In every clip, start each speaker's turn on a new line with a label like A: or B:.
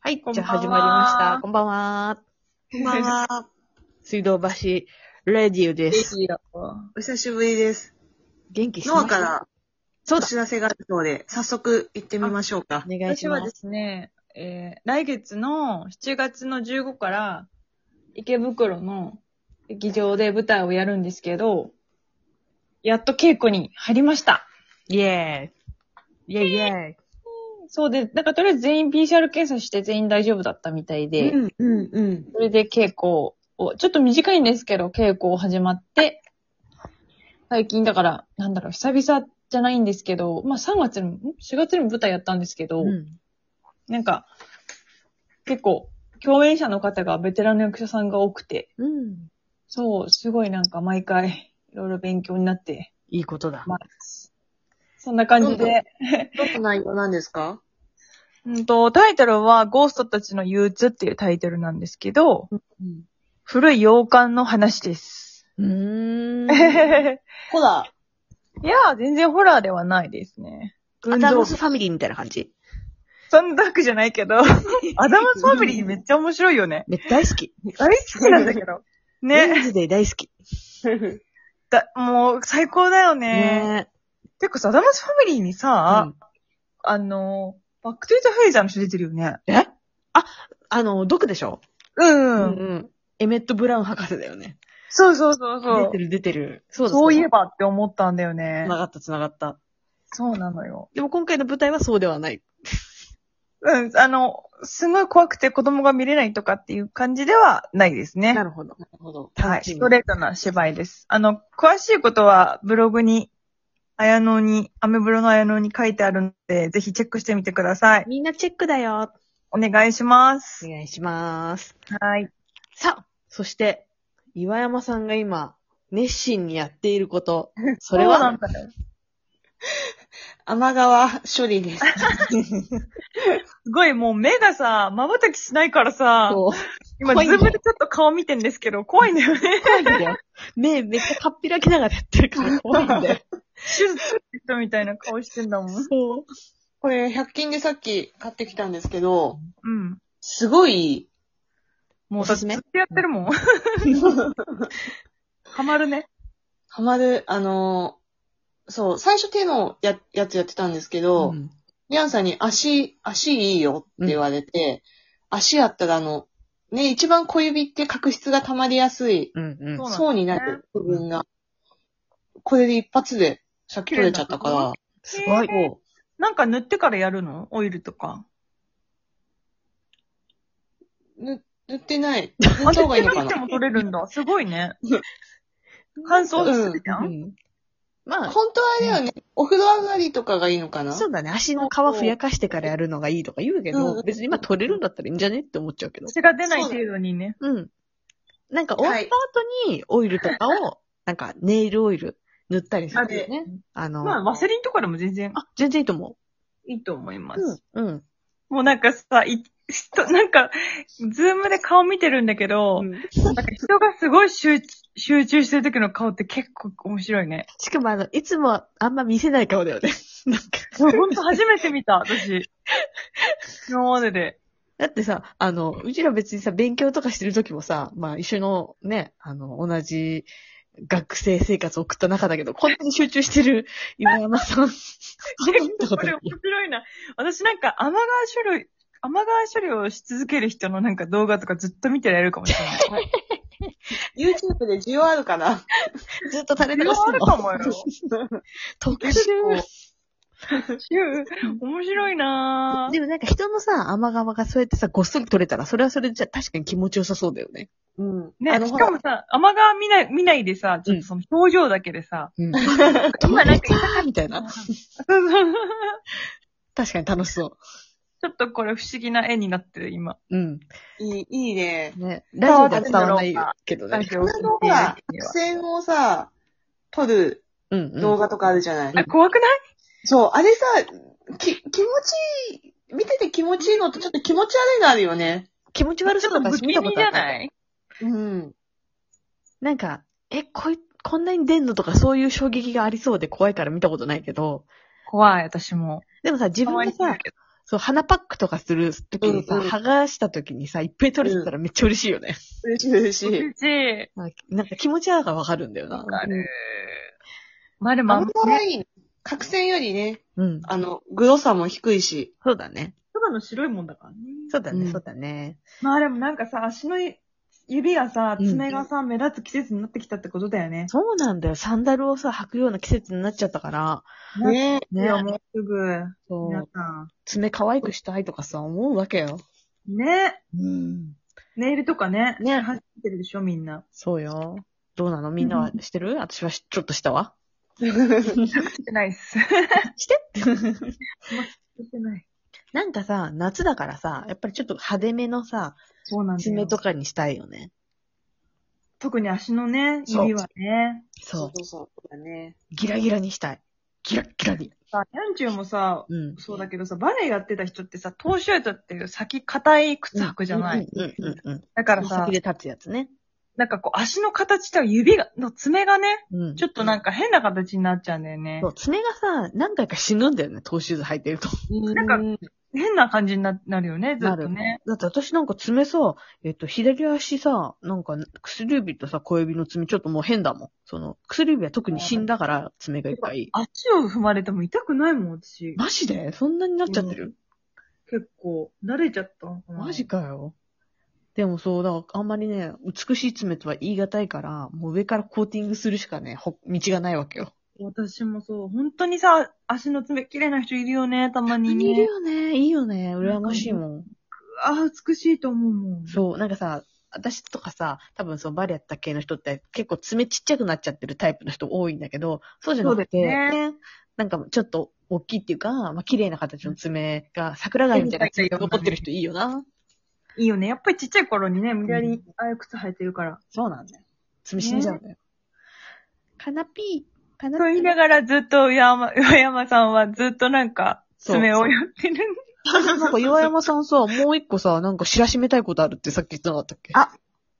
A: はい、
B: こん
A: じ
B: ば
A: ゃ
B: ん
A: あ
B: は
A: 始まりました。こんばんは。
B: こんばんは。
A: 水道橋レディオで
B: ぜ
A: す。
B: ひよ。
C: お久しぶりです。
A: 元気してま
C: ノア
A: す
C: から
A: そう
C: お
A: だ。
C: 知らせがあるそうで、早速行ってみましょうか。
A: お願いし
B: 私は
A: ま。
B: ですすね、えー、来月の7月の15から、池袋の劇場で舞台をやるんですけど、やっと稽古に入りました。
A: イェーイ。イェイイェイ。
B: そうで、なんかとりあえず全員 PCR 検査して全員大丈夫だったみたいで、
C: ん、うん、うん。
B: それで稽古を、ちょっと短いんですけど、稽古を始まって、最近だから、なんだろう、久々じゃないんですけど、まあ3月に、ん ?4 月にも舞台やったんですけど、
A: うん
B: なんか、結構、共演者の方がベテランの役者さんが多くて、
A: うん。
B: そう、すごいなんか毎回、いろいろ勉強になって
A: いいことだ。
B: ます。そんな感じで、
C: どんな内容なんですか
B: うんと、タイトルは、ゴーストたちの憂鬱っていうタイトルなんですけど、
C: うん。
B: 古い洋館の話です。
A: う ーん。
C: ほら。
B: いやー、全然ホラーではないですね。
A: アダムスファミリーみたいな感じ
B: そんなダークじゃないけど、アダムスファミリーめっちゃ面白いよね。
A: めっちゃ大好き。
B: 大好きなんだけ ど。
A: レ
B: ね。
A: ンズで大好き。
B: だもう最高だよね。
A: ね
B: てかさ、アダムスファミリーにさ、
A: うん
B: あの、バックトゥーザフュージャーの人出てるよね。
A: えあ、あの、毒でしょ
B: うん
A: う。ん。エメット・ブラウン博士だよね。
B: そうそうそうそ
A: 出
B: う
A: て。る出てる。そうだ
B: そういえ
A: ば。
B: ばって思ったんだよね
A: 繋。がった繋がった。
B: そうなのよ。
A: でも今回の舞台はそうではない。
B: うん、あの、すごい怖くて子供が見れないとかっていう感じではないですね。
A: なるほど。
C: なるほど。
B: は
A: 楽
B: い。
A: しみ
B: ストレートな芝居です。あの、詳しいことはブログに、綾野に、アメブロの綾野に書いてあるので、ぜひチェックしてみてください。
A: みんなチェックだよ。
B: お願いしま
A: お
B: す。
A: 願いします。
B: はい。
A: さあ、そして、岩山さんが今、熱心にやっている こと。それ
B: うな
A: は、
B: んだよ。
C: 天川処理です。
B: すごい、もう目がさ、瞬きしないからさ、
A: こう、
B: 今、
A: 怖い
B: ズ
A: ね
B: ームでちょっと顔見てんですけど、怖いんだよね。
A: 怖いんだよ。目めっちゃかっぴらきながらやってるから 怖いんだよ。
B: 手術した人みたいな顔してんだもん。
A: そう。
C: これ、100均でさっき買ってきたんですけど、
B: うん。
C: すごい、
B: もう
A: おすすめ
B: ずっとやってるもん。ハマるね。
C: ハマる、あのー、そう、最初手のややつやってたんですけど、
A: うん
C: リアンさんに足、足いいよって言われて、足あったらあの、ね、一番小指って角質が溜まりやすい
A: うんう
B: そうなんで
A: ん。
B: すね
C: 層になる部分が、これで一発で、さっき取れちゃったから、
A: すごい。
C: こ
B: なんか塗ってからやるのオイルとか。
C: う、塗塗ってない。塗った方がいいのか
B: 塗ってなくて
C: な。
B: も取れるんだ。すごいね。乾燥するじゃ、
A: うんん。まあ、
C: 本当はあれだよね、お風呂上がりとかがいいのかな
A: そうだね。足の皮ふやかしてからやるのがいいとか言うけ
C: う
A: ど、
C: ん
A: 別に今取れるんだったらいいんじゃねって思っちゃうけど。
B: 血が出ない程度にね。
A: うん。なんか終わった後にオイルとか を、なんかネイルオイル塗ったりするよね。あの、
B: まあ、ワセリンとかでも全然
A: あ、全然いいと思
B: いいと思いま
A: う。
B: す。
A: うん。うん。
B: もうなんかさ、い、人、なんか、ズームで顔見てるんだけど、なんか人がすごい集集中してる時の顔って結構面白いね。
A: しかもあの、いつもはあんま見せない顔だよね。 なんか。
B: ほんと初めて見た、私。今までで。
A: だってさ、あの、うちら別にさ、勉強とかしてる時もさ、まあ一緒のね、あの、同じ学生生活を送った中だけど、こんなに集中してる岩山 さん。
B: 結構これ面白いな。私なんか、天川処理、天川処理をし続ける人のなんか動画とかずっと見てられるかもしれない。
C: YouTube で需要あるかな
A: ずっと垂れ流してるの。
B: あるかもよ。
A: 特殊
C: 結。
B: 面白いなぁ。
A: でもなんか人のさ、甘々がそうやってさ、ごっそり取れたら、それはそれでじゃ確かに気持ちよさそうだよね。
C: うん。
B: ね、
C: あの、
B: し
C: ほ
B: からもさ、天川見ない、見ないでさ、ちょっとその表情だけでさ、
A: うん。今なんかみた いな。
B: ち
A: 確かに楽しそ
B: ょっとこれ不思議な絵になってる、今。
A: う。うん。
C: いい、いいね。
A: ね。ラジオでは伝わらないけど
B: ラ
A: ね。
B: ジオを聞い
C: あ
B: てい
C: の、ほ
B: る
C: ら
B: 人、には
C: 伏線をさ、撮る
A: うん、
C: 動画とかあるじゃない、
B: あ怖くない
C: そう、あれさ、き、気持ちいい、見てて気持ちいいのとちょっと気持ち悪いのあるよね。
A: 気持ち悪
B: ち
A: そ
B: ょ
A: う
B: っと
A: だ
B: 不
A: し、
B: 気
A: 見
B: 味
A: たこと
B: じ
A: ある
B: ゃ。ない
C: うん。
A: なんか、え、こい、こんなに出んのとかそういう衝撃がありそうで怖いから見たことないけど、
B: 怖い、私も。
A: でもさ、自分
B: 可愛
A: が
B: いんだ
A: さ、
B: けど
A: そう、鼻パックとかするときにさ、
C: うんうん
A: 剥がしたときにさ、いっぱい取れてたらめっちゃ嬉しいよね。
C: 嬉しい嬉しい。
B: 嬉しい。
A: なんか なんか気持ちはがわかるんだよな
B: わ。かる。まあでも、
C: あ
B: あ
C: ん
B: ん
C: ま
B: まり
C: いいね。角栓よりね、
A: うん。
C: あの、グロさも低いし。
A: そうだね。
B: ただの白いもんだからね。
A: そうだね、
C: うん
A: そうだね。
B: まあでもなんかさ、足のい指がさ、
A: うん
B: 爪がさ、目立つ季節になってきたってことだよね。
A: そうなんだよ。サンダルをさ、履くような季節になっちゃったから。
B: うん
C: ね
B: い
A: ね
B: や、もうすぐ、
A: そ
B: 皆
A: う。
B: さ
A: 爪可愛くしたいとかさ、思うわけよ。
B: ん。ね。
A: うん。
B: ネイルとかね。
A: ね
B: 走ってるでしょ、みんな。
A: そうよ。どうなのみんなはしてる私はしちょっとしたわ。
B: してないっす。
A: して
B: してない。
A: なんかさ、夏だからさ、やっぱりちょっと派手めのさ、
B: そうなんです
A: 爪
B: よ
A: と。かにしたいよね。
B: 特に足のね、
A: そう
B: 指はね。
A: そう。
C: そうそう。だね。
A: ギラギラにしたい。ギラッギラに。
B: さ、ヤンチューもさ、
A: うん。
B: そうだけどさ、バレエやってた人ってさ、トーシュートっていう先硬い靴履くじゃない。
A: うんうんうんうんうん。
B: だから
A: 爪
B: さ
A: 先で、立つやつね。
B: なんかこう足の形と指が、の爪がね、
A: うん。
B: ちょっとなんか変な形になっちゃうんだよね
A: そ。う爪がさ、何回か死ぬんだよね、トーシューズ履いてると。
C: な
B: なんか変な感じにななるよね、ずっとね。
A: だって私なんか爪さ、えっと、左足さ、なんか薬指とさ、小指の爪ちょっともう変だもん。その、薬指は特に死んだから爪がいっぱい。
B: 足を踏まれても痛くないもん、私。
A: マジでそんなになっちゃってる、
B: 結構、慣れちゃったのかな。
A: マジかよ。でもそう、だからあんまりね、美しい爪とは言い難いから、もう上からコーティングするしかね、ほ道がないわけよ。
B: 私もそう、本当にさ、足の爪綺麗な人いるよね、たまに
A: いる
B: ね。
A: よね、いいよね、羨ましいもん。
B: ああ、美しいと思うもん。
A: そう、なんかさ、私とかさ、多分そのバリやった系の人って結構爪ちっちゃくなっちゃってるタイプの人多いんだけど、そうじゃなくて、
B: そうです
A: ねなんかちょっと大きいっていうか、まあ綺麗な形の爪が桜貝みたいな爪が残ってる人いいよな。
B: いいよね。やっぱりちっちゃい頃にね、無理やり、ああいう靴履いてるから。
A: そうなんだよ。爪死んじゃうんだよ。カナピー、カナ
B: と言
A: ピ
B: い
A: ー。
B: ながらずっと岩山、 岩山さんはずっとなんか、
A: そう
B: 爪をやってる。
A: なんか岩山さんさ、もう一個さ、なんか知らしめたいことあるってさっき言ってなかったっけ
C: あ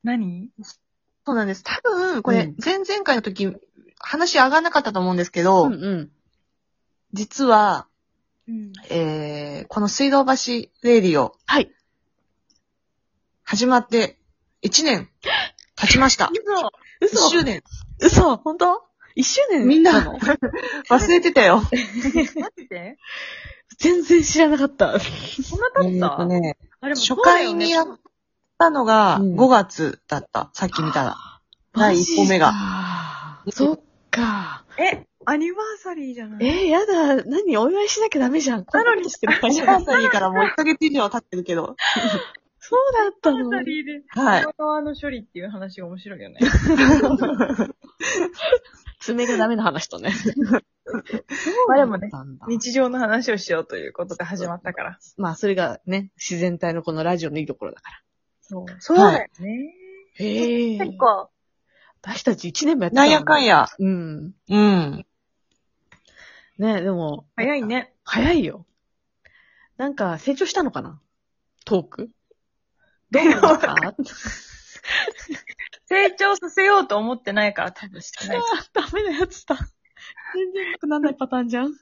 B: 何
C: そうなんです。多分、これ、
A: うん
C: 前々回の時、話上がらなかったと思うんですけど、
A: うんうん。
C: 実は、
B: うん。
C: えー、この水道橋レーディオ、
A: はい。
C: 始まって、1年、経ちました。1
A: 嘘
C: 周年。
A: 嘘本当一周年
C: みん
A: な
C: な
A: の、
C: 忘れてたよ。
B: マジで
A: 全然知らなかった。
B: そんな経
C: え
B: っ
C: ー
B: た、
C: とね、
B: あれも
C: 初回にやったのが
A: うん
C: 5月だった。さっき見たら。第一歩目が
A: が。そっか。
B: え、アニバーサリーじゃない
A: えー、やだ。何お祝いしなきゃダメじゃん。こんなことしてる
C: ア
A: 会
C: ニ
A: 社
C: バーサリーからもう1ヶ月以上経ってるけど。
A: そうだった
B: アニバーサ
A: の。
B: リーで、
C: はい。
B: 側の処理っていう話が面白いよね。
A: 爪がダメな話 とね。
B: まあでもね、
A: そうなんだ
B: 日常の話をしようということで始まったから。
A: まあ、それがね、自然体のこのラジオのいいところだから。
B: そう。そうだよね。
A: へえ。
B: 結構、
A: 私たち1年もやってた
C: な
A: も
C: んやかん
A: や。
C: や。
A: うん。
C: うん。
A: ね、でも、
B: 早いね。
A: 早いよ。なんか、成長したのかなトークどう思います か
B: 成長させようと思ってないから多分してない。
A: ダメなやつだ。全然良くなんないパターンじゃん。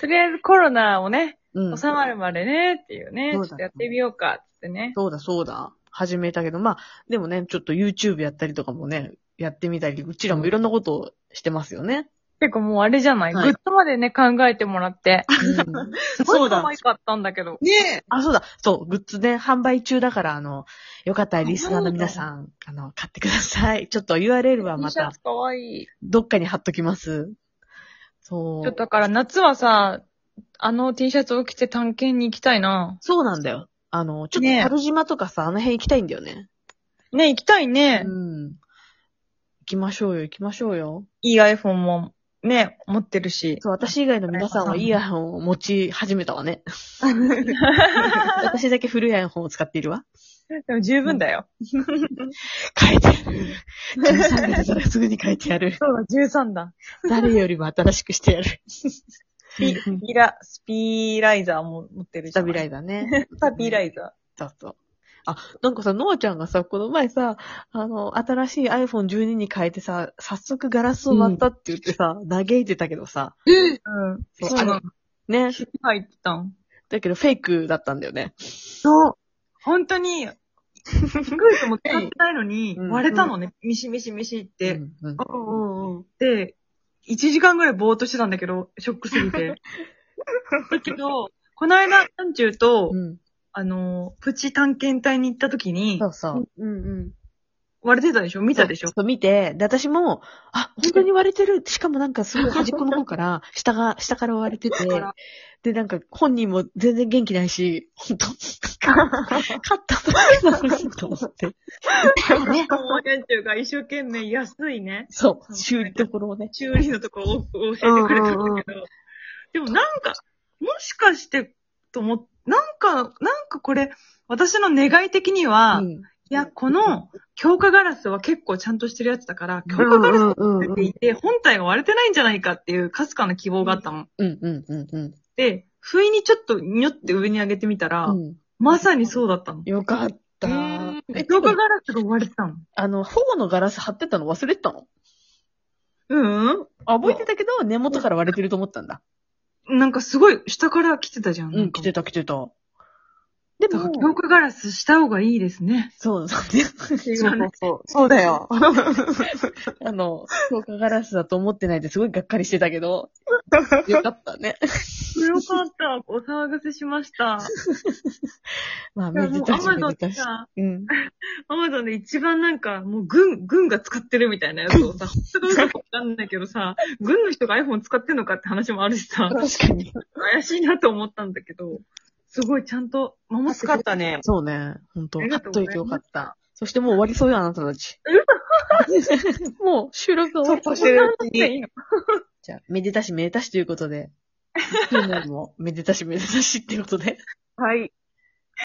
B: とりあえずコロナをね、
A: うん。
B: 収まるまでね、っていうね、ち
A: そ
B: ょ
A: うだ
B: っとやってみようか、つってね。
A: そうだそうだ。始めたけど、まあ、でもね、ちょっと YouTube やったりとかもね、やってみたり、うちらもいろんなことをしてますよね。
B: 結構もうあれじゃない、
C: はい
B: グッズまでね、考えてもらって。
A: うん
B: すご
C: そう
B: い
C: だ
B: 可愛かったんだけど。
C: ね
A: あ、そうだ。そう、グッズね、販売中だから、あの、よかったらリスナーの皆さん、あの、買ってください。ちょっと URL は
B: T
A: ま
B: シャ
A: た
B: ツ、可愛い。
A: どっかに貼っときます。そ
B: ちょっ
A: う
B: と。だから夏はさ、あの T シャツを着て探検に行きたいな。
A: そうなんだよ。あの、ちょっと
B: ねえ
A: 樽島とかさ、あの辺行きたいんだよね。
B: ね、行きたいね。
A: うん。行きましょうよ、行きましょうよ。
B: いい iPhone もね、持ってるし。
A: そう、私以外の皆さんは
B: はい
A: いイヤホンを持ち始めたわ ね。私だけ古いイヤホンを使っているわ。
B: でも十分だよ。
A: 変えてやる。13月からすぐに変えてや る。
B: そうだ、13だ。
A: 誰よりも新しくしてやる。
B: スピ、スピラ、スピーライザーも持ってる
A: ス
B: じゃ
A: タ
B: ん。
A: ビラ
B: イ
A: イザーね。
B: ザー。スタビライザ
A: そうそう。あ、なんかさ、ノアちゃんがさ、この前さ、あの、新しい iPhone12 に変えてさ、早速ガラスを割ったって言ってさ、嘆いてたけどさ、
C: え。
B: ー。うん。
A: そう
B: そうなの
A: あれ。ね、
B: 入ってたん。
A: だけどフェイクだったんだよね。
B: そう。本当に、低いとも使ってないの に、
A: うん
B: 割れたのね。ミシミシミシって。
A: うんうん
C: うんうん。
B: で、1時間ぐらいぼーっとしてたんだけど、ショックすぎ て。だけど、この間、なんちゅうと、
A: うん。
B: あの、プチ探検隊に行った時に
A: そ、うそう。
C: うんうん。
B: 割れてたでしょ見たでしょ
A: そう見て、で、私も、あ、本当に割れて る。しかもなんかすごい端っこの方から、下が、下から割れてて、で、なんか本人も全然元気ないし、本 当勝ったばっかりなのにと思 って。ね。
B: もうなんちゅうが一生懸命安いね、
A: そう、修理ところをね。
B: 修理のとこを教えてくれたんだ
C: うんうんうん
B: けど、でもなんか、もしかして、と思っなんか、なんかこれ、私の願い的に
A: う
B: は、い
A: ん。
B: や、この強化ガラスは結構ちゃんとしてるやつだから、強
C: うんう
B: 化
C: ん
B: ガラス
C: うん
B: っていて、本体が割れてないんじゃないかっていうかすかな希望があったの。
A: うん、うん、うん、うん
B: で、不意にちょっとニョって上に上げてみたら、
A: うん。
B: まさにそうだったの。
A: よかった。え、
B: 強化ガラスが割れてたの。
A: あの、頬のガラス貼ってたの忘れてたの
B: うん
A: 覚えてたけど、根元から割れてると思ったんだ。
B: うん。なんかすごい下から来てたじゃん。
A: う、
B: なんか
A: 来てた来てた。で
B: だから
A: も、
B: 強化ガラスした方がいいですね。
A: そう、そうね。
C: そうそうそう。そうだよ。
A: あの、強化ガラスだと思ってないですごいがっかりしてたけ ど、よかったね。
B: よかった。お騒がせしま した。
A: まあ、
B: いや
A: め
B: も
A: で
B: う
A: た
B: ア
A: し、
B: マゾ
A: め
B: ン
A: でた
B: で
A: し。
B: さ、
A: うん。
B: アマゾンで一番なんか、もう軍、軍が使ってるみたいなやつを さ、本当か嘘かわかんないけどさ、軍の人が iPhone 使ってんのかって話もあるしさ。
A: 確かに。
B: 怪しいなと思ったんだけど、すごいちゃんと守って
C: 助かったね。
A: そうね。本当
B: あ
A: 買
B: り
A: っ
B: がとう
A: と
B: ございます
A: いてよかった。そしてもう終わりそうよ、あなたたち。 もう収録が終
C: そ
A: わ
C: っ
A: り
C: とし
A: そう
C: てるうち
B: いや
C: に。
B: いいの
A: じゃあ、めで たし、めでたしということで。去年も、めでたし、めでたしっていうことで。
B: はい。